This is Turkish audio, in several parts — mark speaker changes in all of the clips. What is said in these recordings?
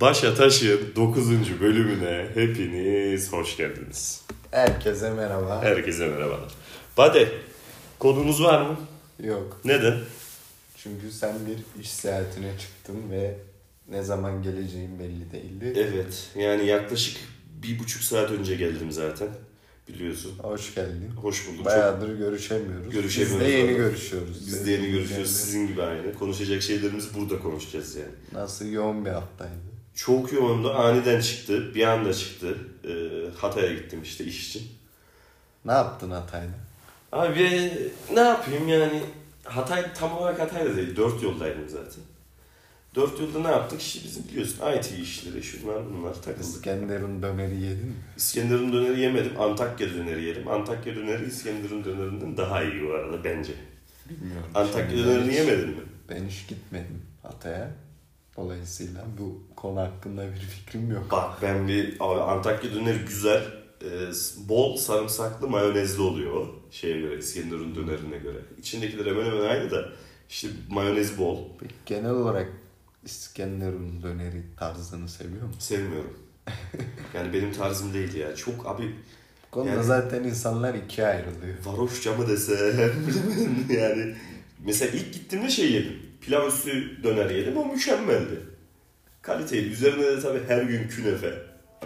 Speaker 1: Daşa Taş'ın 9. bölümüne hepiniz hoş geldiniz.
Speaker 2: Herkese merhaba.
Speaker 1: Herkese merhabalar. Bade, konumuz var mı?
Speaker 2: Yok.
Speaker 1: Neden?
Speaker 2: Çünkü sen bir iş seyahatine çıktın ve ne zaman geleceğin belli değildi.
Speaker 1: Evet, yani yaklaşık bir buçuk saat önce geldim zaten. Biliyorsun.
Speaker 2: Hoş geldin.
Speaker 1: Hoş bulduk. Çok-
Speaker 2: Bayağıdır görüşemiyoruz.
Speaker 1: Görüşemiyoruz.
Speaker 2: Biz de yeni
Speaker 1: Doğru.
Speaker 2: görüşüyoruz.
Speaker 1: Biz de yeni görüşüyoruz.
Speaker 2: Yani
Speaker 1: Sizin gibi aynı. Konuşacak şeylerimizi burada konuşacağız yani.
Speaker 2: Nasıl yoğun bir haftaydı.
Speaker 1: Çok yoğundu. Aniden çıktı. Bir anda çıktı. Ee, Hatay'a gittim işte iş için.
Speaker 2: Ne yaptın Hatay'da?
Speaker 1: Abi e, ne yapayım yani Hatay tam olarak Hatay'da değil. Dört yoldaydım zaten. Dört yolda ne yaptık? İşte bizim biliyorsun IT işleri şunlar bunlar takıldık.
Speaker 2: İskenderun döneri yedin mi?
Speaker 1: İskenderun döneri yemedim. Antakya döneri yerim. Antakya döneri İskenderun dönerinden daha iyi bu arada bence.
Speaker 2: Bilmiyorum.
Speaker 1: Antakya
Speaker 2: Şimdi ben
Speaker 1: dönerini
Speaker 2: hiç-
Speaker 1: yemedin mi?
Speaker 2: Ben hiç gitmedim Hatay'a. Dolayısıyla bu konu hakkında bir fikrim yok.
Speaker 1: Bak ben bir abi Antakya döneri güzel. e, s- bol sarımsaklı mayonezli oluyor o. Şeye göre İskenderun dönerine göre. İçindekiler hemen hemen aynı da işte mayonezi bol.
Speaker 2: Peki genel olarak İskenderun döneri tarzını seviyor musun?
Speaker 1: Sevmiyorum. Yani benim tarzım değil ya. Çok abi
Speaker 2: Bu konuda
Speaker 1: Yani-
Speaker 2: zaten insanlar ikiye ayrılıyor.
Speaker 1: varoşça mı desem bilemedim yani. Mesela ilk gittiğimde şey yedim. Pilav üstü döner yedim. O mükemmeldi. Kaliteli. Üzerine de tabii her gün künefe.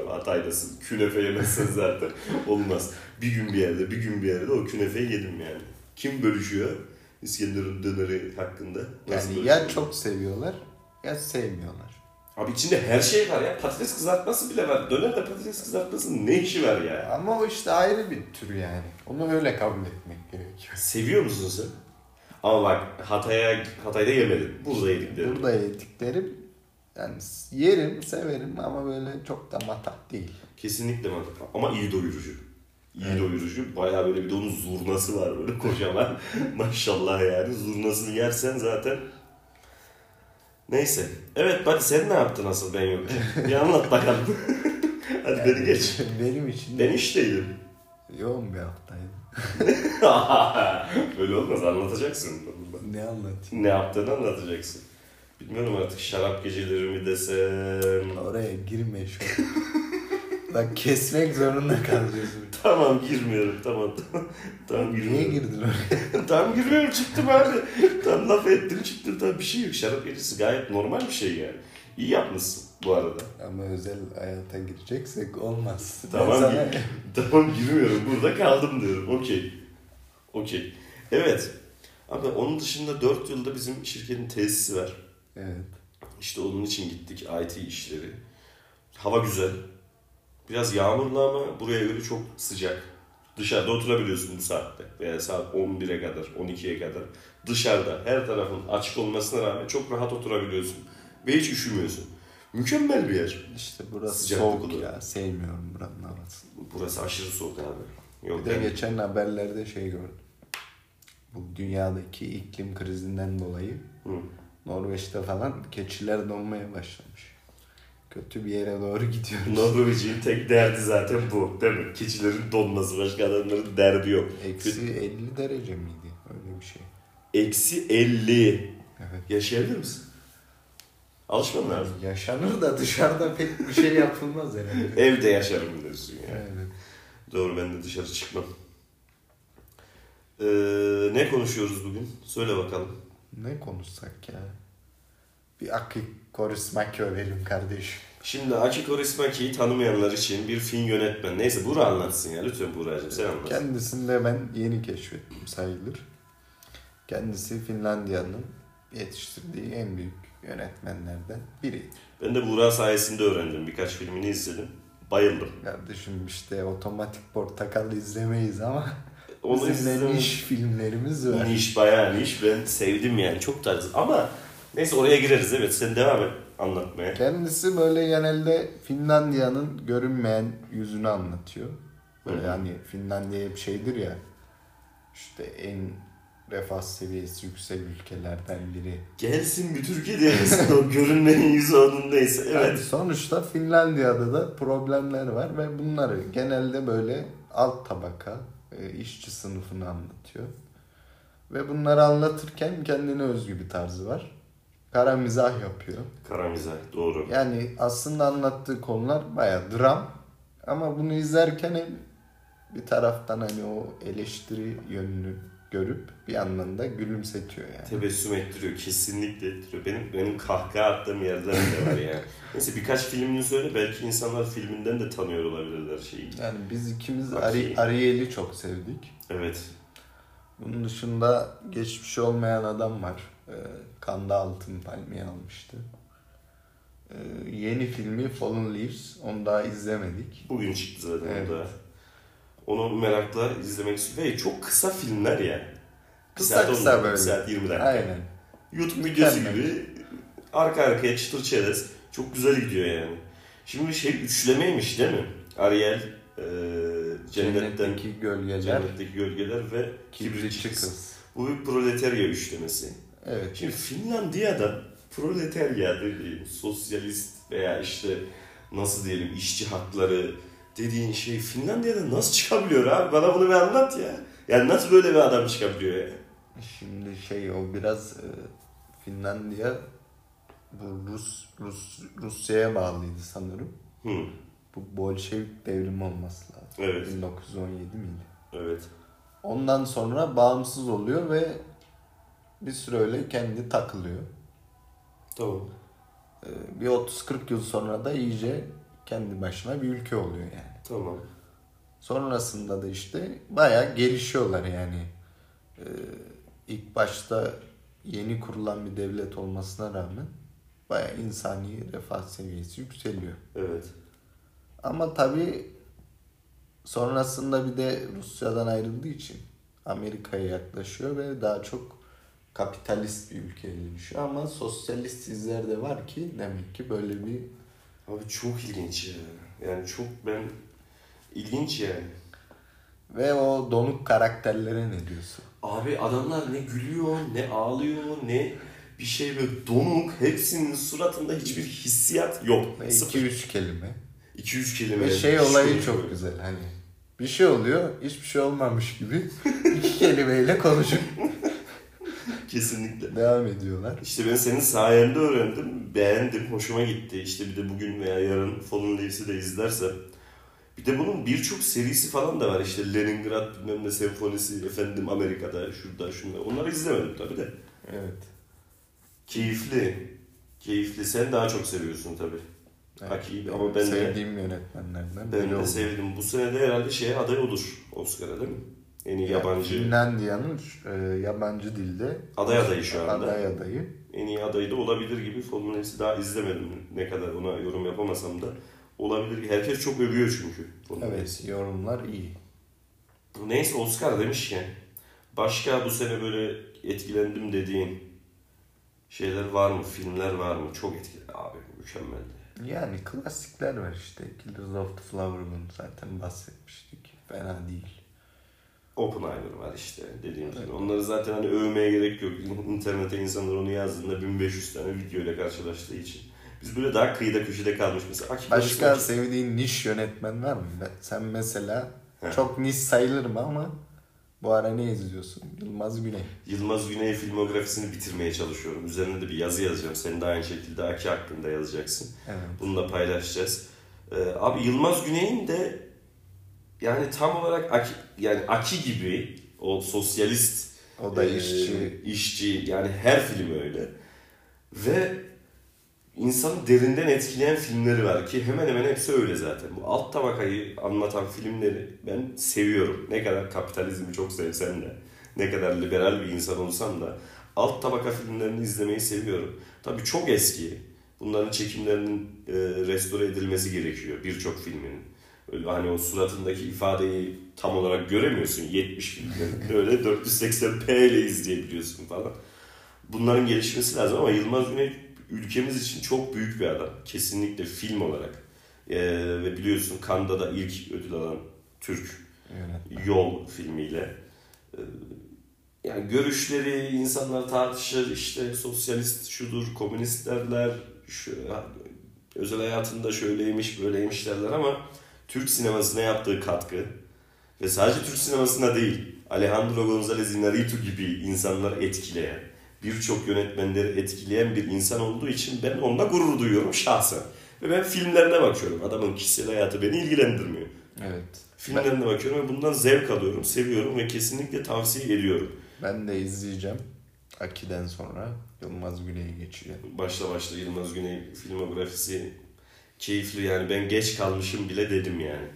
Speaker 1: Hataydasın. Künefe yemezsen zaten olmaz. Bir gün bir yerde, bir gün bir yerde o künefeyi yedim yani. Kim bölüşüyor İskenderun döneri hakkında? Nasıl şey?
Speaker 2: Yani
Speaker 1: bölüşüyor?
Speaker 2: ya çok seviyorlar ya sevmiyorlar.
Speaker 1: Abi içinde her şey var ya. Patates kızartması bile var. Dönerde patates kızartmasının ne işi var ya?
Speaker 2: Ama o işte ayrı bir tür yani. Onu öyle kabul etmek gerekiyor.
Speaker 1: Seviyor musun sen? Ama bak Hatay'a Hatay'da yemedim. Burada yedik dedim.
Speaker 2: Burada yediklerim yani yerim, severim ama böyle çok da matah değil.
Speaker 1: Kesinlikle var. Ama iyi doyurucu. İyi doyurucu. Bayağı böyle bir de onun zurnası var böyle kocaman. Maşallah yani. Zurnasını yersen zaten Neyse. Evet bak sen ne yaptın asıl ben yokken? Bir anlat bakalım. Hadi beni geç.
Speaker 2: Benim için
Speaker 1: Ben işteydim.
Speaker 2: yoğun bir haftaydı.
Speaker 1: Öyle olmaz anlatacaksın.
Speaker 2: Ne anlatayım?
Speaker 1: Ne yaptığını anlatacaksın. Bilmiyorum artık şarap geceleri mi desem.
Speaker 2: Oraya girme şu an. Bak kesmek zorunda kalacağız.
Speaker 1: Tamam girmiyorum tamam tamam. Tamam
Speaker 2: Niye
Speaker 1: girmiyorum.
Speaker 2: girdin oraya?
Speaker 1: tamam girmiyorum çıktım abi. Tam laf ettim çıktım tam bir şey yok. Şarap gecesi gayet normal bir şey yani. İyi yapmışsın bu arada.
Speaker 2: Ama özel hayata gireceksek olmaz. Ben
Speaker 1: Tamam,
Speaker 2: sana-
Speaker 1: gir- tamam girmiyorum burada kaldım diyorum. Okey. Okey. Evet. Abi onun dışında 4 yılda bizim şirketin tesisi var.
Speaker 2: Evet.
Speaker 1: İşte onun için gittik IT işleri. Hava güzel. Biraz yağmurlu ama buraya göre çok sıcak. Dışarıda oturabiliyorsun bu saatte. Veya saat 11'e kadar, 12'ye kadar. Dışarıda her tarafın açık olmasına rağmen çok rahat oturabiliyorsun. Ve hiç üşümüyorsun. Mükemmel bir yer.
Speaker 2: İşte burası
Speaker 1: Sıcak
Speaker 2: soğuk
Speaker 1: dokudu.
Speaker 2: ya. Sevmiyorum buranın havasını.
Speaker 1: Burası aşırı soğuk abi. Yok
Speaker 2: Bir de
Speaker 1: yani-
Speaker 2: geçen haberlerde şey gördüm. Bu dünyadaki iklim krizinden dolayı
Speaker 1: Hı.
Speaker 2: Norveç'te falan keçiler donmaya başlamış. Kötü bir yere doğru gidiyoruz.
Speaker 1: Norveç'in tek derdi zaten bu. Değil mi? Keçilerin donması. Başka adamların derdi yok.
Speaker 2: Eksi 50 derece miydi? Öyle bir şey.
Speaker 1: Eksi 50.
Speaker 2: Evet.
Speaker 1: Yaşayabilir misin? Alışman lazım.
Speaker 2: Yaşanır da dışarıda pek bir şey yapılmaz herhalde.
Speaker 1: Evde yaşarım diyorsun yani.
Speaker 2: Evet.
Speaker 1: Doğru ben de dışarı çıkmam. Ee, ne konuşuyoruz bugün? Söyle bakalım.
Speaker 2: Ne konuşsak ya? Bir akik korismak överim kardeşim.
Speaker 1: Şimdi Akiko Rismaki'yi tanımayanlar için bir film yönetmen. Neyse Buğra anlatsın ya. Lütfen Buğra'cığım sen anlat.
Speaker 2: Kendisini de ben yeni keşfettim sayılır. Kendisi Finlandiya'nın yetiştirdiği en büyük yönetmenlerden biri.
Speaker 1: Ben de Buğra sayesinde öğrendim. Birkaç filmini izledim. Bayıldım.
Speaker 2: Kardeşim işte otomatik portakal izlemeyiz ama
Speaker 1: Onu
Speaker 2: bizim de
Speaker 1: izledim.
Speaker 2: niş filmlerimiz var.
Speaker 1: Niş bayağı niş. Ben sevdim yani. Çok tarzı. Ama neyse oraya gireriz. Evet sen devam et anlatmaya.
Speaker 2: Kendisi böyle genelde Finlandiya'nın görünmeyen yüzünü anlatıyor. Böyle
Speaker 1: Hı hı.
Speaker 2: hani Finlandiya hep şeydir ya işte en refah seviyesi yüksek ülkelerden biri
Speaker 1: Gelsin bir Türkiye'de yaşasın. o görünmenin yüzü onun neyse.
Speaker 2: Yani
Speaker 1: Evet.
Speaker 2: sonuçta Finlandiya'da da problemler var ve bunları genelde böyle alt tabaka, e, işçi sınıfını anlatıyor. Ve bunları anlatırken kendine özgü bir tarzı var. Kara mizah yapıyor.
Speaker 1: Kara mizah doğru.
Speaker 2: Yani aslında anlattığı konular baya dram. Ama bunu izlerken hem bir taraftan hani o eleştiri yönünü görüp bir yandan da gülümsetiyor yani.
Speaker 1: Tebessüm ettiriyor. Kesinlikle ettiriyor. Benim benim kahkaha attığım yerler de var yani. Neyse birkaç filmini söyle. Belki insanlar filminden de tanıyor olabilirler şeyi.
Speaker 2: Yani biz ikimiz
Speaker 1: Bak şey-
Speaker 2: Ari-
Speaker 1: iyi.
Speaker 2: Ariel'i çok sevdik.
Speaker 1: Evet.
Speaker 2: Bunun dışında geçmişi olmayan adam var. Ee, Kanda Altın Palmiye almıştı. Ee, yeni filmi Fallen Leaves. Onu daha izlemedik.
Speaker 1: Bugün çıktı zaten
Speaker 2: Evet.
Speaker 1: o da. Onu merakla izlemek istiyorum. Ve çok kısa filmler yani. Bir
Speaker 2: Kısa
Speaker 1: saat
Speaker 2: kısa
Speaker 1: 19,
Speaker 2: böyle.
Speaker 1: Bir saat 20 dakika.
Speaker 2: Aynen.
Speaker 1: YouTube videosu
Speaker 2: Mükemmel.
Speaker 1: gibi arka arkaya çıtır çerez. Çok güzel gidiyor yani. Şimdi şey üçlemeymiş değil mi? Ariel, e, Cennetten
Speaker 2: Cennetteki Gölgeler.
Speaker 1: Cennetteki Gölgeler ve
Speaker 2: Kibritçi
Speaker 1: Kibritçi Kız.
Speaker 2: Kız.
Speaker 1: Bu bir proletarya üçlemesi.
Speaker 2: Evet.
Speaker 1: Şimdi Finlandiya'da proletarya dediğim sosyalist veya işte nasıl diyelim işçi hakları dediğin şey Finlandiya'da nasıl çıkabiliyor abi? Bana bunu bir anlat ya. Yani nasıl böyle bir adam çıkabiliyor ya?
Speaker 2: Şimdi şey o biraz e, Finlandiya bu Rus, Rus Rusya'ya bağlıydı sanırım.
Speaker 1: Hı,
Speaker 2: Bu Bolşevik devrimi olması lazım.
Speaker 1: Evet.
Speaker 2: 1917 miydi?
Speaker 1: evet.
Speaker 2: Ondan sonra bağımsız oluyor ve bir süre öyle kendi takılıyor.
Speaker 1: Tamam.
Speaker 2: Ee, Bir 30-40 yıl sonra da iyice kendi başına bir ülke oluyor yani.
Speaker 1: Tamam.
Speaker 2: Sonrasında da işte bayağı gelişiyorlar yani. Ee, İlk başta yeni kurulan bir devlet olmasına rağmen bayağı insani refah seviyesi yükseliyor.
Speaker 1: Evet.
Speaker 2: Ama tabii sonrasında bir de Rusya'dan ayrıldığı için Amerika'ya yaklaşıyor ve daha çok kapitalist bir ülkeye dönüşüyor. Ama sosyalist izler de var ki demek ki böyle bir
Speaker 1: Abi çok ilginç ya. Yani çok ben ilginç yani.
Speaker 2: ve o donuk karakterlere ne diyorsun?
Speaker 1: Abi adamlar ne gülüyor, ne ağlıyor, ne bir şey böyle donuk. Hepsinin suratında hiçbir hissiyat yok.
Speaker 2: Ve
Speaker 1: Sıfır.
Speaker 2: iki üç kelime.
Speaker 1: 2-3 kelime.
Speaker 2: Ve şey
Speaker 1: Hiç
Speaker 2: olayı
Speaker 1: konuşmuyor.
Speaker 2: çok güzel hani. Bir şey oluyor, hiçbir şey olmamış gibi iki kelimeyle konuşup
Speaker 1: Kesinlikle.
Speaker 2: devam ediyorlar.
Speaker 1: İşte ben senin sayende öğrendim. Beğendim, hoşuma gitti. İşte bir de bugün veya yarın Fallen Leaves'i de izlersem. Bir de bunun birçok serisi falan da var. İşte Leningrad bilmem ne senfonisi efendim Amerika'da şurada şunda. Onları izlemedim tabii de.
Speaker 2: Evet.
Speaker 1: Keyifli. Keyifli. Sen daha çok seviyorsun tabii. Akibi ama ben de-
Speaker 2: sevdiğim yönetmenlerden
Speaker 1: Ben
Speaker 2: biri
Speaker 1: de
Speaker 2: oldu.
Speaker 1: sevdim. Bu sene de herhalde şeye aday olur Oscar'a değil mi? En iyi yabancı.
Speaker 2: Finlandiya'nın e, yabancı dilde
Speaker 1: Aday adayı şu anda.
Speaker 2: aday adayı.
Speaker 1: En iyi adayı da olabilir gibi. Fallen Leaves'i daha izlemedim. Ne kadar ona yorum yapamasam da. Olabilir. ki. Herkes çok övüyor çünkü. Fallen
Speaker 2: Evet
Speaker 1: Leaves'i.
Speaker 2: yorumlar iyi.
Speaker 1: Neyse Oscar demişken. Başka bu sene böyle etkilendim dediğin şeyler var mı? Filmler var mı? Çok etkili abi. Mükemmeldi.
Speaker 2: Yani klasikler var işte. Killers of the Flower Moon zaten bahsetmiştik. Fena değil.
Speaker 1: Oppenheimer var işte dediğim gibi. Onları zaten hani övmeye gerek yok. İnternete insanlar onu yazdığında 1500 tane video ile karşılaştığı için. Biz böyle daha kıyıda köşede kalmış mesela. Akif
Speaker 2: Başka
Speaker 1: Arasındaki-
Speaker 2: sevdiğin niş yönetmen var mı? Ben- Sen mesela
Speaker 1: He.
Speaker 2: çok niş sayılırım ama bu ara ne izliyorsun? Yılmaz Güney.
Speaker 1: Yılmaz Güney filmografisini bitirmeye çalışıyorum. Üzerine de bir yazı yazacağım. Sen de aynı şekilde Aki hakkında yazacaksın.
Speaker 2: Evet.
Speaker 1: Bunu da paylaşacağız. Ee, abi Yılmaz Güney'in de yani tam olarak Aki, yani Aki gibi o sosyalist
Speaker 2: O da
Speaker 1: Ee,
Speaker 2: işçi.
Speaker 1: işçi yani her film öyle. Ve insanı derinden etkileyen filmleri var ki hemen hemen hepsi öyle zaten. Bu alt tabakayı anlatan filmleri ben seviyorum. Ne kadar kapitalizmi çok sevsem de, ne kadar liberal bir insan olsam da alt tabaka filmlerini izlemeyi seviyorum. Tabii çok eski. Bunların çekimlerinin e, restore edilmesi gerekiyor birçok filminin. Öyle hani o suratındaki ifadeyi tam olarak göremiyorsun. 70 filmlerinde öyle 480p ile izleyebiliyorsun falan. Bunların gelişmesi lazım ama Yılmaz Güney ülkemiz için çok büyük bir adam. Kesinlikle film olarak. E, ve biliyorsun Cannes'da da ilk ödül alan Türk
Speaker 2: Yönetmen.
Speaker 1: Yol filmiyle. Ee, Yani görüşleri insanlar tartışır işte sosyalist şudur, komünist derler, şu, ha, özel hayatında şöyleymiş böyleymiş derler ama Türk sinemasına yaptığı katkı ve sadece Türk sinemasına değil Alejandro González Inarritu gibi insanları etkileyen, birçok yönetmenleri etkileyen bir insan olduğu için ben onunla gurur duyuyorum şahsen. Ve ben filmlerine bakıyorum. Adamın kişisel hayatı beni ilgilendirmiyor.
Speaker 2: Evet.
Speaker 1: Filmlerine bakıyorum ve bundan zevk alıyorum, seviyorum ve kesinlikle tavsiye ediyorum.
Speaker 2: Ben de izleyeceğim. Aki'den sonra Yılmaz Güney'e geçeceğim.
Speaker 1: Başla başla Yılmaz Güney filmografisi keyifli yani ben geç kalmışım bile dedim yani.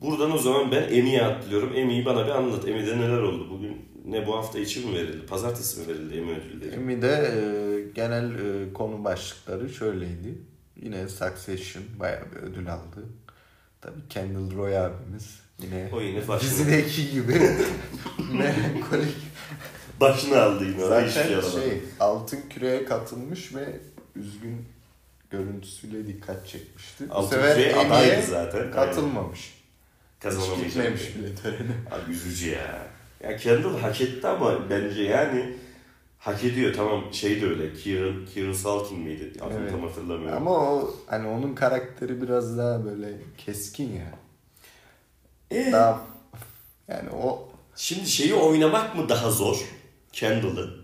Speaker 1: Buradan o zaman ben Emi'ye atlıyorum. Emi'yi bana bir anlat. Emi'de neler oldu? Bugün ne bu hafta içi mi verildi? Pazartesi mi verildi Emi ödülleri?
Speaker 2: Emi de e, genel e, konu başlıkları şöyleydi. Yine Succession bayağı bir ödül aldı. Tabii Kendall Roy abimiz yine
Speaker 1: O yine başını,
Speaker 2: dizideki gibi melankolik.
Speaker 1: başını aldı yine. orada hiçbir
Speaker 2: Zaten
Speaker 1: alamadı.
Speaker 2: şey altın küreye katılmış ve üzgün görüntüsüyle dikkat çekmişti. Bu
Speaker 1: Altın
Speaker 2: sefer
Speaker 1: Kuzey
Speaker 2: Emmy'ye
Speaker 1: adaydı zaten. Aynen.
Speaker 2: katılmamış. Hiç
Speaker 1: Kazanamayacak.
Speaker 2: gitmemiş bile törene.
Speaker 1: Abi üzücü ya. Ya Kendall hak etti ama bence yani hak ediyor. Tamam şey de öyle. Kieran, Kieran Salkin miydi? Adını
Speaker 2: Evet.
Speaker 1: tam hatırlamıyorum.
Speaker 2: Ama o hani onun karakteri biraz daha böyle keskin ya.
Speaker 1: Eh,
Speaker 2: Daha yani o
Speaker 1: Şimdi şeyi oynamak mı daha zor? Kendall'ı.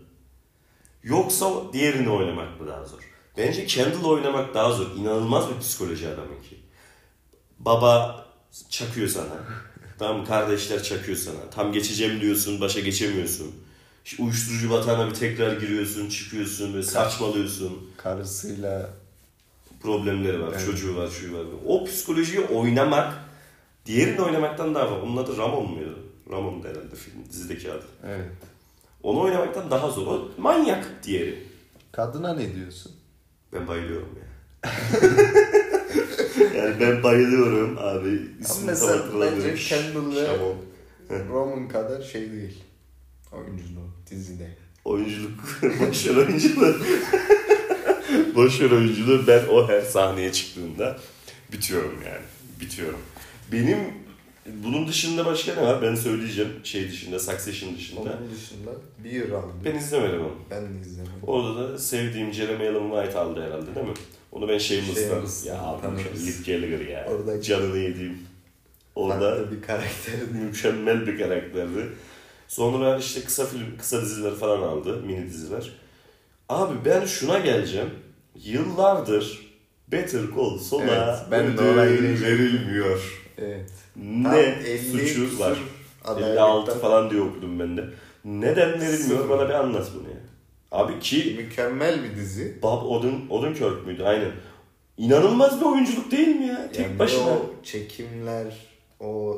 Speaker 1: Yoksa diğerini oynamak mı daha zor? Bence Kendall'ı oynamak daha zor. İnanılmaz bir psikoloji adamınki. Baba çakıyor sana. Tam kardeşler çakıyor sana. Tam geçeceğim diyorsun, başa geçemiyorsun. İşte uyuşturucu batağına bir tekrar giriyorsun, çıkıyorsun ve saçmalıyorsun.
Speaker 2: karısıyla
Speaker 1: Problemleri var,
Speaker 2: Evet.
Speaker 1: çocuğu var, şu var. O psikolojiyi oynamak, diğerini oynamaktan daha var. Onun adı Ramon muydu? Ramon herhalde film, dizideki adı.
Speaker 2: evet.
Speaker 1: Onu oynamaktan daha zor. O manyak diğeri.
Speaker 2: Kadına ne diyorsun?
Speaker 1: Ben bayılıyorum ya. yani ben bayılıyorum abi.
Speaker 2: Ama
Speaker 1: İsmini tam
Speaker 2: mesela
Speaker 1: hatırlamıyorum.
Speaker 2: bence Kendall'la
Speaker 1: Şamon.
Speaker 2: Roman kadar şey değil. Oyunculuğu dizide.
Speaker 1: Oyunculuk. Boşver oyunculuğu. Boşver oyunculuğu. Ben o her sahneye çıktığında bitiyorum yani. Bitiyorum. Benim bunun dışında başka ne var? Ben söyleyeceğim. Şey dışında, Succession dışında.
Speaker 2: Onun dışında bir round.
Speaker 1: Ben izlemedim onu.
Speaker 2: Ben de izlemedim.
Speaker 1: Orada da sevdiğim Jeremy Allen White aldı herhalde değil mi? Onu ben Shameless'tan.
Speaker 2: Shameless'tan
Speaker 1: Ya abi
Speaker 2: tanırız.
Speaker 1: mükemmel. Heath Gallagher ya.
Speaker 2: Orada-
Speaker 1: Canını yediğim. Orada
Speaker 2: Orada bir karakter.
Speaker 1: mükemmel bir karakterdi. Sonra işte kısa film, kısa diziler falan aldı. Mini diziler. Abi ben şuna geleceğim. Yıllardır Better Call Saul'a
Speaker 2: Evet, ben de
Speaker 1: ödül
Speaker 2: ona gireceğim.
Speaker 1: verilmiyor.
Speaker 2: Evet. Tam
Speaker 1: Ne
Speaker 2: 50
Speaker 1: suçu
Speaker 2: küsur
Speaker 1: var?
Speaker 2: adaylıktan-
Speaker 1: 56 falan diye okudum ben de. Neden verilmiyor?
Speaker 2: Sıfır.
Speaker 1: Bana bir anlat bunu ya. Abi ki
Speaker 2: şey, Mükemmel bir dizi.
Speaker 1: Bob Odin, Odenkirk müydü? Aynen. İnanılmaz bir oyunculuk değil mi ya? Tek
Speaker 2: Yani
Speaker 1: başına.
Speaker 2: O çekimler, o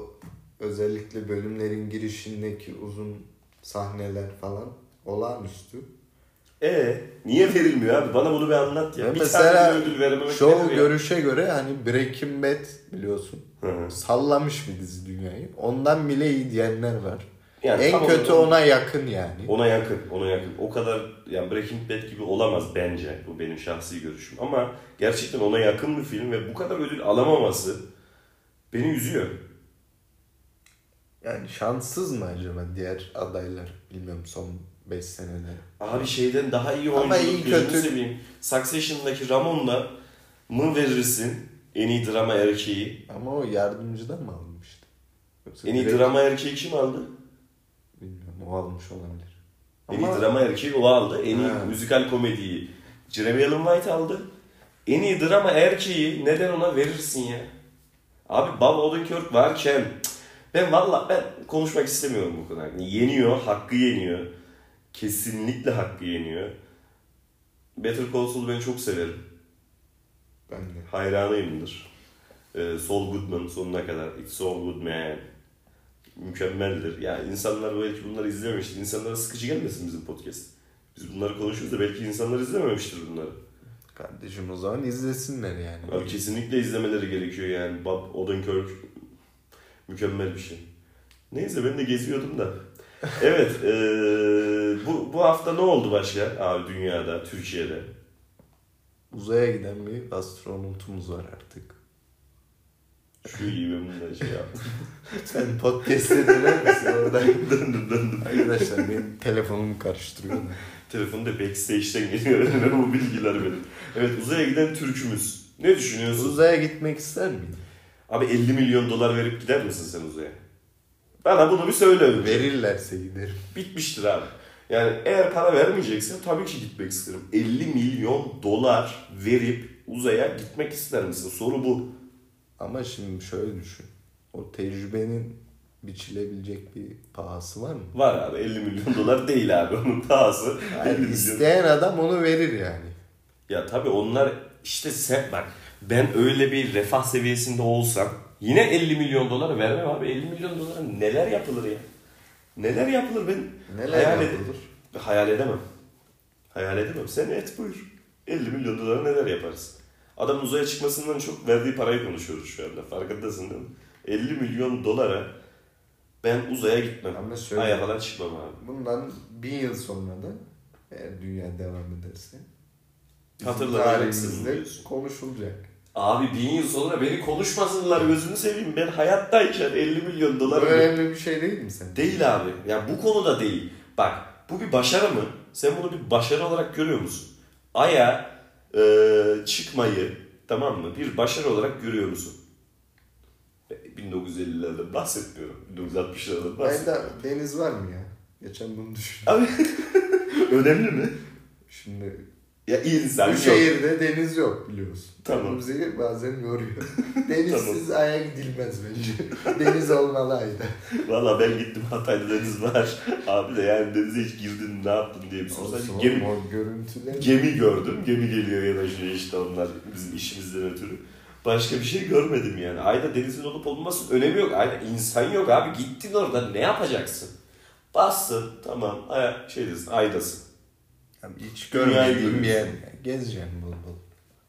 Speaker 2: özellikle bölümlerin girişindeki uzun sahneler falan olağanüstü.
Speaker 1: E niye verilmiyor abi? Bana bunu bir anlat ya.
Speaker 2: Ve
Speaker 1: bir
Speaker 2: mesela
Speaker 1: tane bile ödül verememek
Speaker 2: Show
Speaker 1: nedir ya?
Speaker 2: görüşe göre hani Breaking Bad biliyorsun
Speaker 1: Hı hı.
Speaker 2: sallamış bir dizi dünyayı. Ondan bile iyi diyenler var.
Speaker 1: Yani
Speaker 2: en
Speaker 1: tam
Speaker 2: kötü
Speaker 1: olarak-
Speaker 2: ona yakın yani.
Speaker 1: Ona yakın, ona yakın. O kadar yani Breaking Bad gibi olamaz bence. Bu benim şahsi görüşüm. Ama gerçekten ona yakın bir film ve bu kadar ödül alamaması beni üzüyor.
Speaker 2: Yani şanssız mı acaba diğer adaylar bilmiyorum son 5 senede.
Speaker 1: Abi şeyden daha iyi
Speaker 2: Ama
Speaker 1: oyunculuk
Speaker 2: iyi
Speaker 1: gözünü
Speaker 2: kötü.
Speaker 1: seveyim. Succession'daki Ramon'la mı verirsin en iyi drama erkeği?
Speaker 2: Ama o yardımcıdan mı almıştı? Yoksa
Speaker 1: En iyi
Speaker 2: direkt-
Speaker 1: drama erkeği kim aldı?
Speaker 2: Bilmiyorum o almış olabilir.
Speaker 1: En
Speaker 2: Ama
Speaker 1: iyi drama erkeği o aldı. En iyi
Speaker 2: He.
Speaker 1: müzikal komediyi Jeremy Allen White aldı. En iyi drama erkeği neden ona verirsin ya? Abi Bob Odenkirk varken cık, ben valla ben konuşmak istemiyorum bu kadar. Yeniyor, hakkı yeniyor. Kesinlikle hakkı yeniyor. Better Call Saul'u ben çok severim
Speaker 2: ben de.
Speaker 1: hayranıyımdır. Ee, Saul Goodman sonuna kadar. It's Saul Goodman. Mükemmeldir. Ya insanlar belki bunları izlememiştir. İnsanlara sıkıcı gelmesin bizim podcast. Biz bunları konuşuyoruz da belki insanlar izlememiştir bunları.
Speaker 2: Kardeşim o zaman izlesinler yani.
Speaker 1: Abi kesinlikle izlemeleri gerekiyor yani. Bob Odenkirk mükemmel bir şey. Neyse ben de geziyordum da. Evet, ee, bu, bu hafta ne oldu başka abi dünyada, Türkiye'de?
Speaker 2: Uzaya giden bir astronotumuz var artık.
Speaker 1: Şu iyi ben bunu da şey yaptım.
Speaker 2: Lütfen podcast'e döner misin orada?
Speaker 1: döndüm döndüm.
Speaker 2: Arkadaşlar benim telefonumu karıştırıyor.
Speaker 1: Telefonu da backstage'den geliyor ve bu bilgiler benim. Evet uzaya giden Türk'ümüz. Ne düşünüyorsun?
Speaker 2: Uzaya gitmek ister miydin?
Speaker 1: Abi 50 milyon dolar verip gider misin sen uzaya? Bana bunu bir söyle önce.
Speaker 2: Verirlerse giderim.
Speaker 1: Bitmiştir abi. Yani eğer para vermeyecekse tabii ki gitmek isterim. 50 milyon dolar verip uzaya gitmek ister misin? Soru bu.
Speaker 2: Ama şimdi şöyle düşün. O tecrübenin biçilebilecek bir pahası var mı?
Speaker 1: Var abi 50 milyon dolar değil abi onun pahası. 50
Speaker 2: Yani
Speaker 1: milyon.
Speaker 2: isteyen adam onu verir yani.
Speaker 1: Ya tabii onlar işte sen bak ben öyle bir refah seviyesinde olsam yine 50 milyon dolar vermem abi. 50 milyon dolara neler yapılır ya? Neler yapılır ben
Speaker 2: Neler
Speaker 1: hayal ed-
Speaker 2: yapılır?
Speaker 1: hayal edemem. Hayal edemem. Sen et buyur. 50 milyon dolara neler yaparız? Adam uzaya çıkmasından çok verdiği parayı konuşuyoruz şu anda. Farkındasın değil mi? 50 milyon dolara ben uzaya gitmem.
Speaker 2: Ama şöyle-
Speaker 1: Aya falan çıkmam abi.
Speaker 2: Bundan bin yıl sonra da eğer dünya devam ederse bizim
Speaker 1: Hatırlanacaksın
Speaker 2: tarihimizde
Speaker 1: diyorsun.
Speaker 2: konuşulacak.
Speaker 1: Abi bin yıl sonra beni konuşmasınlar gözünü seveyim. Ben hayattayken 50 milyon
Speaker 2: Bu
Speaker 1: dolar ödüyorum.
Speaker 2: önemli bir şey değil mi sen?
Speaker 1: Değil abi. Yani bu konuda değil. Bak bu bir başarı mı? Sen bunu bir başarı olarak görüyor musun? Ay'a e, çıkmayı tamam mı? Bir başarı olarak görüyor musun? E, 1950'lerden bahsetmiyorum. 1960'lardan
Speaker 2: Ayda
Speaker 1: bahsetmiyorum.
Speaker 2: deniz var mı ya? Geçen bunu düşün.
Speaker 1: Abi önemli mi?
Speaker 2: Şimdi
Speaker 1: Ya insan
Speaker 2: bu
Speaker 1: yok.
Speaker 2: şehirde deniz yok biliyorsun.
Speaker 1: Tamam.
Speaker 2: Bu Bizi bazen yoruyor. Denizsiz aya gidilmez bence. deniz olmalı ayda.
Speaker 1: Valla ben gittim Hatay'da deniz var. Abi de yani denize hiç girdin ne yaptın diye bir soru. Sadece gemi-
Speaker 2: Oğlum o görüntüler.
Speaker 1: Gemi gördüm. Gemi geliyor yanaşıyor işte onlar bizim işimizden ötürü. Başka bir şey görmedim yani. Ayda denizin olup olmasının önemi yok. Ayda insan yok abi. Gittin orada ne yapacaksın? Bassın tamam. Aya, şey desin, aydasın.
Speaker 2: Abi hiç
Speaker 1: Dünyayı
Speaker 2: görmediğim bir yer.
Speaker 1: görüyorsun.
Speaker 2: Gezeceğim bul bul.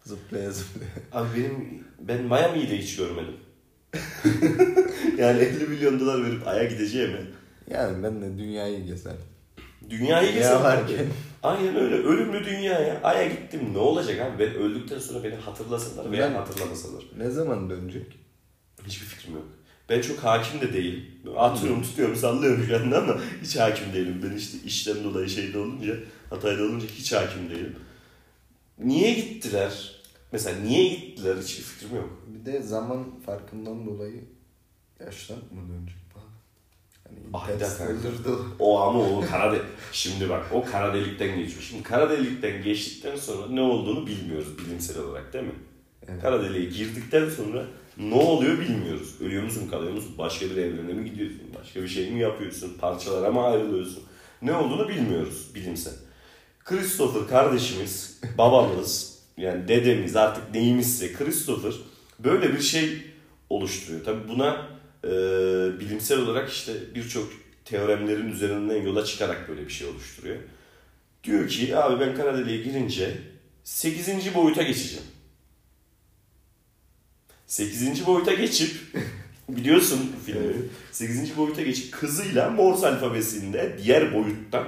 Speaker 2: Zıplaya zıplaya.
Speaker 1: Abi benim ben Miami'yi de hiç görmedim. yani 50 milyon dolar verip Ay'a gideceğime
Speaker 2: Yani ben de dünyayı gezerim.
Speaker 1: dünyayı
Speaker 2: Dünya
Speaker 1: gezerim. abi.
Speaker 2: varken.
Speaker 1: Aynen öyle. Ölümlü dünyaya. Ay'a gittim. Ne olacak abi? Ben öldükten sonra beni hatırlasalar veya
Speaker 2: Ben-
Speaker 1: hatırlamasalar.
Speaker 2: Ne zaman dönecek?
Speaker 1: Hiçbir fikrim yok. Ben çok hakim de değilim. Atıyorum, tutuyorum, sallıyorum şu anda ama hiç hakim değilim. Ben işte işten dolayı şeyde olunca, Hatay'da olunca hiç hakim değilim. Niye gittiler? Mesela niye gittiler hiçbir fikrim yok.
Speaker 2: Bir de zaman farkından dolayı yaşlanıp mı dönecek falan?
Speaker 1: Ayda
Speaker 2: Hani Interstellar'da
Speaker 1: O ama o kara de- Şimdi bak o kara delikten geçiyor. Şimdi kara delikten geçtikten sonra ne olduğunu bilmiyoruz bilimsel olarak değil mi?
Speaker 2: Evet.
Speaker 1: Kara deliğe girdikten sonra ne oluyor bilmiyoruz. Ölüyor musun kalıyor musun? Başka bir evrene mi gidiyorsun? Başka bir şey mi yapıyorsun? Parçalara mı ayrılıyorsun? Ne olduğunu bilmiyoruz bilimsel. Christopher kardeşimiz, babamız yani dedemiz artık neyimizse Christopher böyle bir şey oluşturuyor. Tabi buna e, bilimsel olarak işte birçok teoremlerin üzerinden yola çıkarak böyle bir şey oluşturuyor. Diyor ki abi ben kara deliğe girince 8. boyuta geçeceğim. 8. boyuta geçip biliyorsun filmi. 8. boyuta geçip kızıyla Morse alfabesinde diğer boyuttan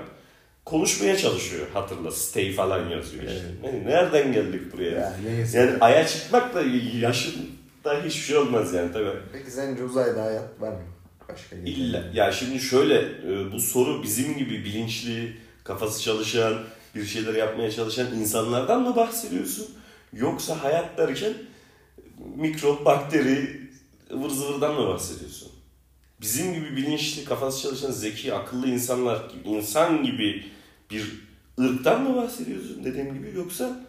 Speaker 1: konuşmaya çalışıyor. Hatırla stay falan yazıyor işte. Ne- Nereden geldik buraya?
Speaker 2: Ya neyse.
Speaker 1: yani aya çıkmakla yaşında hiçbir şey olmaz yani tabii.
Speaker 2: Peki sence uzayda hayat var mı? Başka gezegen?
Speaker 1: İlla. Ya şimdi şöyle e, bu soru bizim gibi bilinçli, kafası çalışan, bir şeyler yapmaya çalışan insanlardan mı bahsediyorsun? Yoksa hayat derken mikrop, bakteri, ıvır zıvırdan mı bahsediyorsun? Bizim gibi bilinçli, kafası çalışan, zeki, akıllı insanlar, insan gibi bir ırktan mı bahsediyorsun dediğim gibi yoksa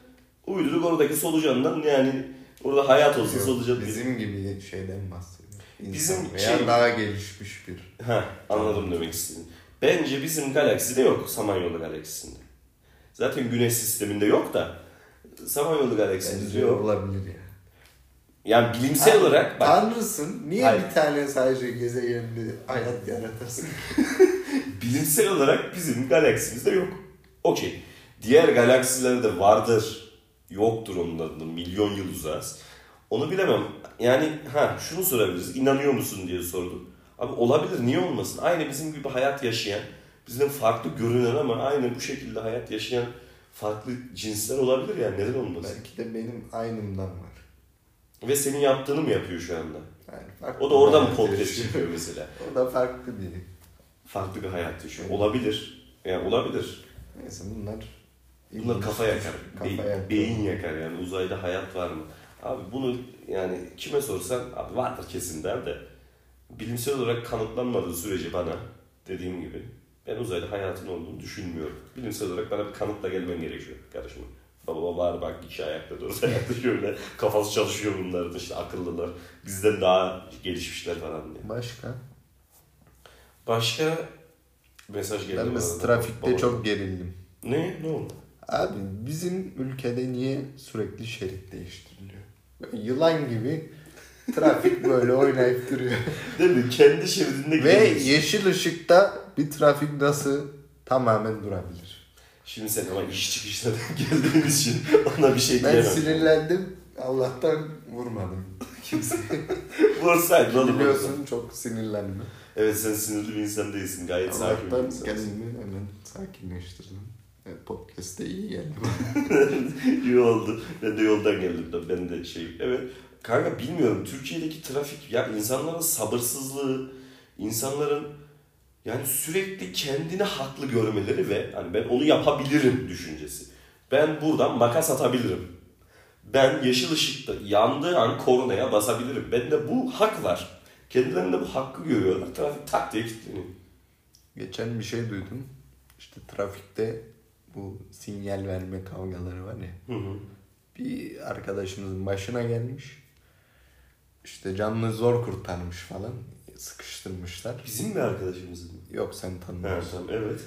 Speaker 1: uyduruk oradaki solucandan yani orada hayat olsa
Speaker 2: Yok,
Speaker 1: solucan
Speaker 2: Bizim gibi şeyden bahsediyor. İnsan
Speaker 1: Bizim
Speaker 2: veya
Speaker 1: şey-
Speaker 2: daha gelişmiş bir.
Speaker 1: Ha, anladım demek istediğini. Bence bizim galakside yok Samanyolu galaksisinde. Zaten Güneş sisteminde yok da Samanyolu
Speaker 2: Bence
Speaker 1: galaksimizde yok.
Speaker 2: şey olabilir ya.
Speaker 1: Yani bilimsel Şey olarak bak
Speaker 2: Tanrısın. Niye
Speaker 1: Hayır.
Speaker 2: bir tane sadece gezegende hayat yaratasın?
Speaker 1: bilimsel olarak bizim galaksimizde yok. Okey. Diğer galaksilerde vardır. Yoktur onun adını. Milyon yıl uzağız. Onu bilemem. Yani ha şunu sorabiliriz. İnanıyor musun diye sordum. Abi olabilir. Niye olmasın? Aynı bizim gibi hayat yaşayan, bizden farklı görünen ama aynı bu şekilde hayat yaşayan farklı cinsler olabilir yani. Neden olmasın?
Speaker 2: Belki de benim aynımdan var.
Speaker 1: Ve senin yaptığını mı yapıyor şu anda?
Speaker 2: Yani farklı
Speaker 1: O da oradan mı
Speaker 2: bir
Speaker 1: podcast
Speaker 2: yaşıyor.
Speaker 1: yapıyor mesela?
Speaker 2: O da farklı biri.
Speaker 1: Farklı bir hayat yaşıyor. Olabilir. Yani olabilir.
Speaker 2: Neyse bunlar...
Speaker 1: Bunlar kafa yakar.
Speaker 2: Kafa
Speaker 1: Be-
Speaker 2: yakar.
Speaker 1: Beyin yakar yani uzayda hayat var mı? Abi bunu yani kime sorsan abi vardır kesin der de bilimsel olarak kanıtlanmadığı sürece bana dediğim gibi ben uzayda hayatın olduğunu düşünmüyorum. Bilimsel olarak bana bir kanıtla gelmen gerekiyor kardeşim. Baba baba var bak iki ayakta dört ayakta şöyle kafası çalışıyor bunların işte akıllılar. Bizden daha gelişmişler falan diye.
Speaker 2: Başka?
Speaker 1: Başka mesaj geldi.
Speaker 2: Ben
Speaker 1: bana
Speaker 2: mesela
Speaker 1: da.
Speaker 2: trafikte
Speaker 1: Şey Baba-
Speaker 2: çok gerildim.
Speaker 1: Ne? Ne oldu?
Speaker 2: Abi bizim ülkede niye sürekli şerit değiştiriliyor? Böyle yılan gibi trafik böyle oynayıp duruyor.
Speaker 1: Değil mi? Kendi şeridinde
Speaker 2: Ve
Speaker 1: gidiyorsun.
Speaker 2: yeşil ışıkta bir trafik nasıl tamamen durabilir?
Speaker 1: Şimdi sen ama iş çıkışına denk geldiğimiz için ona bir şey
Speaker 2: Ben
Speaker 1: diyemem.
Speaker 2: sinirlendim. Allah'tan vurmadım. Kimse
Speaker 1: Vursaydın oğlum.
Speaker 2: biliyorsun çok sinirlendim.
Speaker 1: Evet sen sinirli bir insan değilsin. Gayet sakin bir
Speaker 2: Allah'tan
Speaker 1: insansın.
Speaker 2: kendimi hemen sakinleştirdim. E, Podcast'te iyi geldi.
Speaker 1: iyi oldu. Ben de yoldan geldim de. Ben de şey. Evet. Kanka bilmiyorum. Türkiye'deki trafik ya insanların sabırsızlığı, insanların yani sürekli kendini haklı görmeleri ve hani ben onu yapabilirim düşüncesi. Ben buradan makas atabilirim. Ben yeşil ışıkta yandığı an kornaya basabilirim. Bende bu hak var. Kendilerinde bu hakkı görüyorlar. Trafik tak diye kilitleniyor.
Speaker 2: Geçen bir şey duydum. İşte trafikte bu sinyal verme kavgaları var ya.
Speaker 1: Hı hı.
Speaker 2: Bir arkadaşımızın başına gelmiş. İşte canını zor kurtarmış falan. Sıkıştırmışlar.
Speaker 1: Bizim mi arkadaşımızın? mı?
Speaker 2: Yok sen
Speaker 1: Evet,
Speaker 2: tanımıyorsun.
Speaker 1: tamam, evet.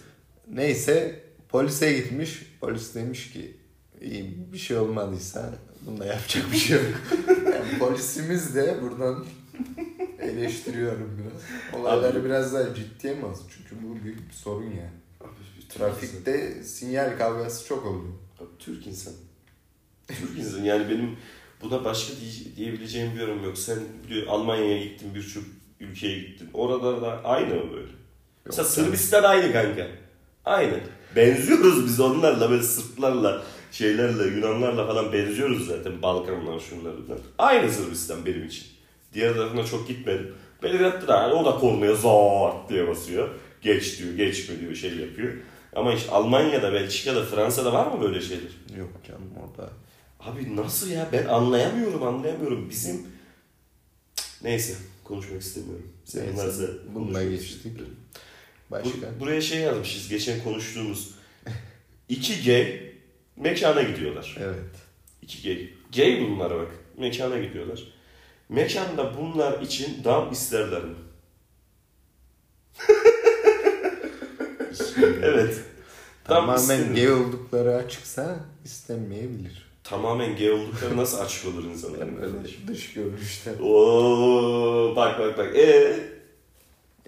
Speaker 2: Neyse polise gitmiş. Polis demiş ki iyi bir şey olmadıysa bunda yapacak bir şey yok. Yani polisimiz de buradan eleştiriyorum biraz. Olayları biraz daha ciddiye mi alsın? Çünkü bu büyük bir sorun yani.
Speaker 1: Abi,
Speaker 2: Trafikte sinyal kavgası çok oluyor.
Speaker 1: Abi, Türk insan. Türk insan. Yani benim buna başka diye- diyebileceğim bir yorum yok. Sen biliyor, Almanya'ya gittin, birçok ülkeye gittin. Orada da aynı mı böyle? Mesela Sırbistan aynı kanka. Aynı. Benziyoruz biz onlarla böyle Sırplarla, şeylerle, Yunanlarla falan benziyoruz zaten. Balkanlar şunlar bunlar. Aynı Sırbistan benim için. Diğer tarafına çok gitmedim. Belgrad'da da yani o da kornaya zart diye basıyor. Geç diyor, geçme diyor, şey yapıyor. Ama işte Almanya'da, Belçika'da, Fransa'da var mı böyle şeyler?
Speaker 2: Yok canım orada.
Speaker 1: Abi nasıl ya? Ben anlayamıyorum, anlayamıyorum. Bizim... Cık, Neyse, konuşmak istemiyorum. Sen
Speaker 2: Neyse,
Speaker 1: varsa
Speaker 2: bununla
Speaker 1: konuşmak
Speaker 2: geçtik.
Speaker 1: istemiyorum.
Speaker 2: Başka.
Speaker 1: Bu- buraya şey yazmışız geçen konuştuğumuz. İki gay mekana gidiyorlar.
Speaker 2: Evet.
Speaker 1: İki gay. Gay bunlar bak. Mekana gidiyorlar. Mekanda bunlar için dam isterler mi? Evet. Dam
Speaker 2: Tamamen
Speaker 1: istenir.
Speaker 2: gay oldukları açıksa istenmeyebilir.
Speaker 1: Tamamen gay oldukları nasıl açık olur insanların kardeşim?
Speaker 2: Dış görünüşte.
Speaker 1: Oo, bak bak bak. Ee,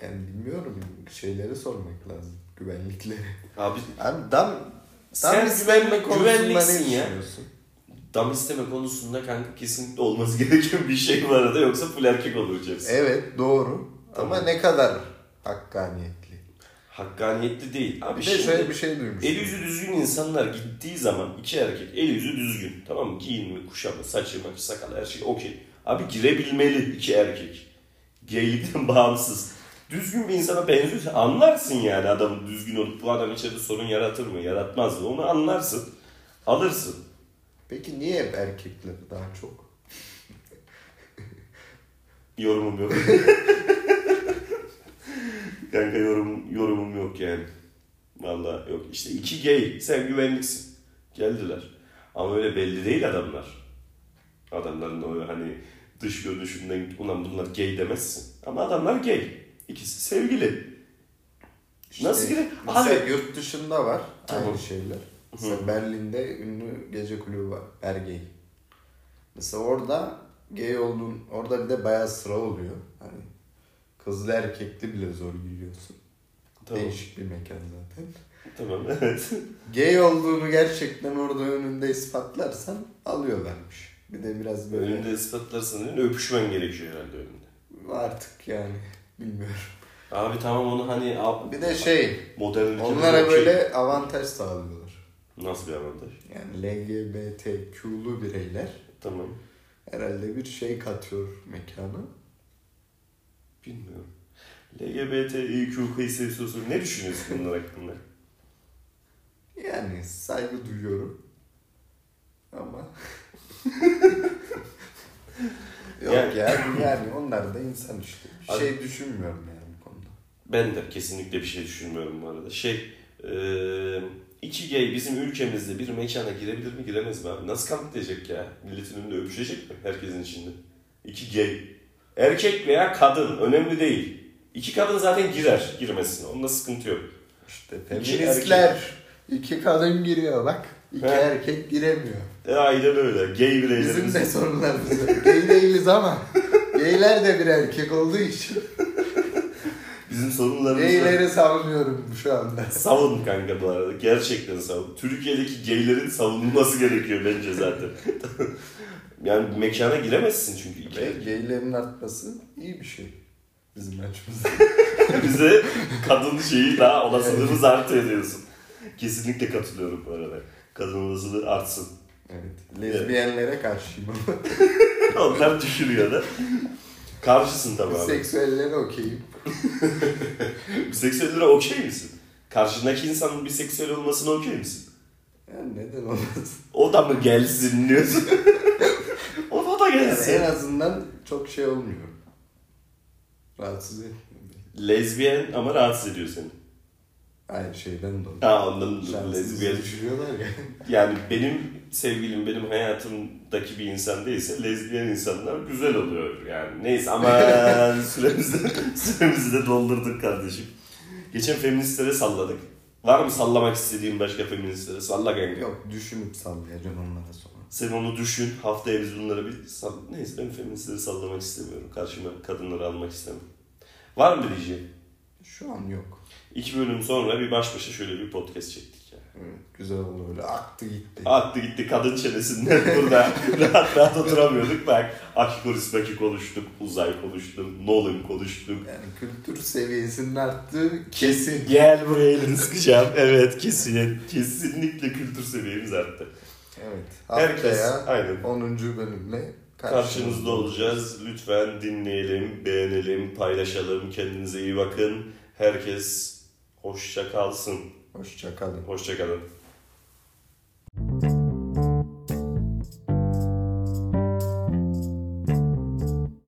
Speaker 2: Yani bilmiyorum şeyleri sormak lazım. Güvenlikleri.
Speaker 1: abi
Speaker 2: Abi dam
Speaker 1: Sen güvenme konusunda ne ya?
Speaker 2: düşünüyorsun?
Speaker 1: dam isteme konusunda kanka kesinlikle olması gereken bir şey var arada yoksa full erkek olacaksın.
Speaker 2: Evet doğru. Ama
Speaker 1: Tamam.
Speaker 2: ne kadar hakkaniyetli.
Speaker 1: Hakkaniyetli değil. Abi
Speaker 2: Bir de
Speaker 1: şimdi-
Speaker 2: şöyle bir şey duymuştum.
Speaker 1: El yüzü düzgün insanlar gittiği zaman iki erkek el yüzü düzgün. Tamam mı? Giyinme, kuşama, saçı, maçı, sakal her şey okey. Abi girebilmeli iki erkek. Geylikten bağımsız. Düzgün bir insana benziyorsa anlarsın yani adamın düzgün olup bu adam içeride sorun yaratır mı yaratmaz mı onu anlarsın. Alırsın.
Speaker 2: Peki niye hep erkekler daha çok?
Speaker 1: Yorumum yok. Kanka yorum, yorumum yok yani. Vallahi yok. İşte iki gay. Sen güvenliksin. Geldiler. Ama öyle belli değil adamlar. Adamların o hani dış görünüşünden ulan bunlar gay demezsin. Ama adamlar gay. İkisi sevgili. Nasıl
Speaker 2: İşte
Speaker 1: girer?
Speaker 2: Mesela
Speaker 1: Abi-
Speaker 2: yurt dışında var
Speaker 1: Tamam.
Speaker 2: aynı şeyler. Mesela Berlin'de ünlü gece kulübü var. Bergey. Mesela orada gay olduğun, orada bir de bayağı sıra oluyor. Hani kızlı erkekli bile zor giriyorsun.
Speaker 1: Tamam.
Speaker 2: Değişik bir mekan zaten.
Speaker 1: Tamam evet.
Speaker 2: Gay olduğunu gerçekten orada önünde ispatlarsan alıyorlarmış. Bir de biraz böyle
Speaker 1: önünde ispatlarsan dedin, öpüşmen gerekiyor herhalde önünde.
Speaker 2: artık yani bilmiyorum.
Speaker 1: Abi tamam onu hani ab-
Speaker 2: Bir de şey
Speaker 1: modern ülkelerde
Speaker 2: onlara
Speaker 1: okey.
Speaker 2: böyle avantaj sağlıyorlar.
Speaker 1: Nasıl bir avantaj?
Speaker 2: Yani LGBTQ'lu bireyler
Speaker 1: Tamam.
Speaker 2: herhalde bir şey katıyor mekana.
Speaker 1: Bilmiyorum. LGBTİQ'yu seviyorsun. Ne düşünüyorsun bunlar hakkında?
Speaker 2: Yani saygı duyuyorum. Ama... Yok
Speaker 1: Yani-
Speaker 2: yok ya. Yani onlar da insan işte. Bir
Speaker 1: Abi-
Speaker 2: şey düşünmüyorum yani bu konuda.
Speaker 1: Ben de kesinlikle bir şey düşünmüyorum bu arada. Şey, eee iki gay bizim ülkemizde bir mekana girebilir mi giremez mi abi? Nasıl kanıtlayacak ya? Milletin önünde öpüşecek mi herkesin içinde? İki gay. Erkek veya kadın önemli değil. İki kadın zaten girer girmesin. Onda sıkıntı yok.
Speaker 2: İşte
Speaker 1: İki
Speaker 2: feministler iki kadın giriyor bak. İki
Speaker 1: He.
Speaker 2: erkek giremiyor.
Speaker 1: E, aynen öyle. Gay
Speaker 2: Bizim
Speaker 1: bireylerimiz.
Speaker 2: de sorunlarımız var. Gay değiliz ama gayler de bir erkek olduğu için
Speaker 1: Bizim sorunlarımız.
Speaker 2: gayleri savunuyorum şu anda.
Speaker 1: Savun kanka bu arada. Gerçekten savun. Türkiye'deki gaylerin savunulması gerekiyor bence zaten. yani mekana giremezsin çünkü. iki
Speaker 2: Ve gaylerin artması iyi bir şey bizim açımızdan.
Speaker 1: Bize kadın şeyi daha olasılığımız artıyor diyorsun. Kesinlikle katılıyorum bu arada. Kadın olasılığı artsın.
Speaker 2: Evet. Lezbiyenlere karşıyım ama
Speaker 1: Onlar düşürüyor da. Karşısın tabii abi.
Speaker 2: biseksüellere okeyim.
Speaker 1: Biseksüellere okey misin? Karşındaki insanın biseksüel olmasına okey misin?
Speaker 2: Yani neden olmaz?
Speaker 1: O da mı gelsin diyorsun? o da, da
Speaker 2: Yani
Speaker 1: gelsin.
Speaker 2: en azından çok şey olmuyor. Rahatsız etmiyor beni.
Speaker 1: Lezbiyen ama rahatsız ediyor seni.
Speaker 2: Hayır şeyden dolayı.
Speaker 1: Ha ondan
Speaker 2: Şanssız
Speaker 1: lezbiyen.
Speaker 2: düşürüyorlar ya.
Speaker 1: Yani benim sevgilim benim hayatımdaki bir insan değilse lezbiyen insanlar güzel oluyor yani. Neyse aman süremizi, süremizi de doldurduk kardeşim. Geçen feministlere salladık. Var mı sallamak istediğin başka feministlere? Salla kanka.
Speaker 2: Yok düşünüp sallayacağım onlara sonra.
Speaker 1: Sen onu düşün. Haftaya biz bunları bir sal... Neyse ben feministleri sallamak istemiyorum. Karşıma kadınları almak istemiyorum. Var mı diyeceğim?
Speaker 2: Şu an yok.
Speaker 1: İki bölüm sonra bir baş başa şöyle bir podcast çektik ya.
Speaker 2: Evet, güzel oldu öyle aktı gitti.
Speaker 1: Attı gitti kadın çenesinden burada rahat rahat oturamıyorduk. Bak Akiko Risbaki konuştuk, Uzay konuştuk, Nolan konuştuk.
Speaker 2: Yani kültür seviyesinin arttığı kesin.
Speaker 1: Gel buraya elini sıkacağım. Evet kesin, kesinlikle kültür seviyemiz arttı.
Speaker 2: Evet.
Speaker 1: Herkes
Speaker 2: Haftaya
Speaker 1: aynen.
Speaker 2: 10. bölümle
Speaker 1: Karşınızda olacağız. Lütfen dinleyelim, beğenelim, paylaşalım. Kendinize iyi bakın. Herkes hoşça kalsın.
Speaker 2: Hoşçakalın.
Speaker 1: Hoşça kalın.